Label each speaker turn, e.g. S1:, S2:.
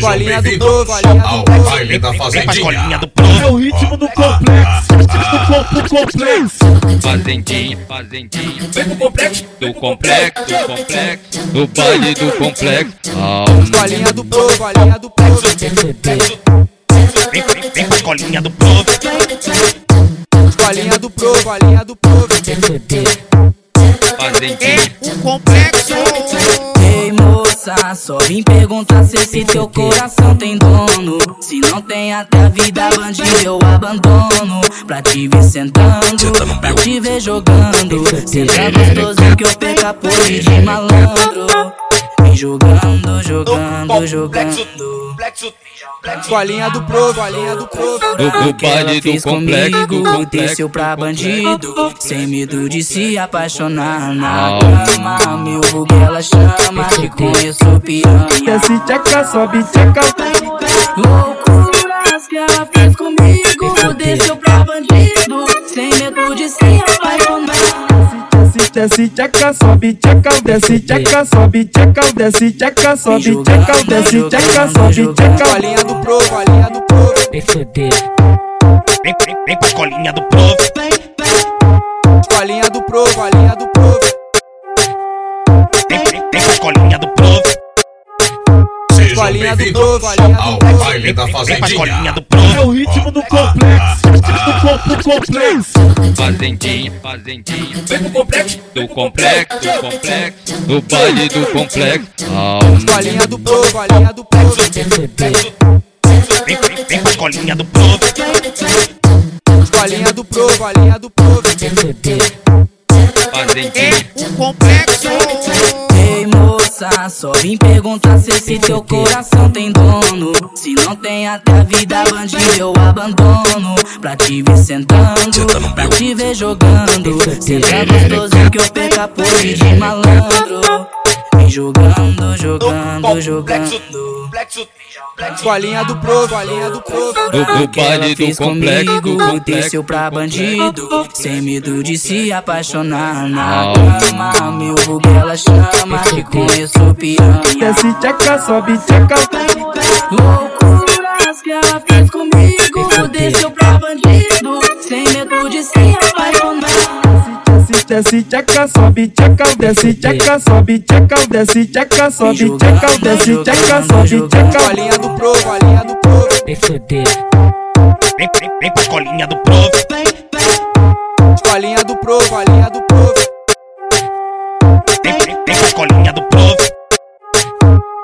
S1: Colinha do
S2: bem-vindo
S1: Prof.
S2: ao baile da fazendinha.
S3: É o ritmo do complexo. Do co- do complexo.
S4: Fazendinha, fazendinha.
S2: Vem pro complexo.
S4: Do
S1: Tá
S4: complexo, do complexo. Do baile do complexo. Alma.
S1: Colinha do Prof. Colinha do Prof.
S3: Vem, vem, vem com a escolinha do povo.
S1: Colinha do Prof. Colinha do Prof.
S4: Fazendinha.
S5: Ei moça, só vim perguntar se esse teu coração tem dono. Se não tem até a vida bandida eu abandono. Pra te ver sentando, pra te ver jogando. Senta gostoso que eu pego a pose de malandro. Vem jogando, jogando, jogando.
S1: Colinha do Prof. Colinha do Prof.
S4: Do, do
S5: Que ela
S4: baile do
S5: fez
S4: complexo, do
S5: comigo,
S4: complexo.
S5: desceu pra
S4: do complexo.
S5: bandido, sem medo de se apaixonar na
S4: Alma.
S5: cama. Meu vulgo ela chama, que conheço piranha.
S3: Desce tcheca, sobe tcheca.
S5: Loucuras que ela fez comigo Desceu pra bandido Sem medo de se apaixonar
S3: Desce, desce tcheca, sobe tcheca. Desce tcheca, sobe tcheca. Desce tcheca, sobe tcheca. Desce tcheca, sobe tcheca.
S1: Colinha do Prof. Colinha do Prof.
S3: Vem, vem, vem com a escolinha do povo.
S1: Colinha do Prof. Colinha do Prof.
S3: Vem, vem, vem com a escolinha do povo.
S2: Sejam
S1: Colinha do
S2: bem-vindos
S1: Prof. Colinha do
S2: ao
S1: Prof.
S2: baile da fazendinha.
S3: É o ritmo do complexo. Do complexo.
S4: Fazendinha, fazendinha.
S2: Vem pro complexo.
S4: Do complexo, do complexo. Do baile do complexo. Alma.
S1: Colinha do Prof. Colinha do Prof.
S3: Vem, vem, vem com a escolinha do povo.
S1: Colinha do Prof. Colinha do Prof.
S4: Fazendinha.
S5: Ei moça, só vim perguntar se esse teu coração tem dono Se não tem até a vida bandida eu abandono Pra te ver sentando, pra te ver jogando Senta gostoso que eu pego a pose de malandro Vem jogando, jogando, jogando
S1: Colinha do Prof. Colinha do Prof.
S4: Do, do
S5: que ela
S4: baile do
S5: fez
S4: complexo. Do
S5: comigo
S4: complexo.
S5: Desceu pra bandido Sem medo de se apaixonar Na
S4: Alma.
S5: cama Meu vulgo ela chama Que conheço piranha
S3: Desce tcheca, sobe tcheca.
S5: Loucuras que ela fez comigo Desceu pra bandido Sem medo de se apaixonar
S3: Desce, desce tcheca, sobe tcheca. Desce tcheca, sobe tcheca. Desce tcheca, sobe tcheca. Desce tcheca, sobe tcheca.
S1: Colinha do Prof. Colinha do Prof.
S3: Vem, vem, vem com a escolinha do povo.
S1: Colinha do Prof. Colinha do Prof.
S3: Vem, vem, vem com a escolinha do povo.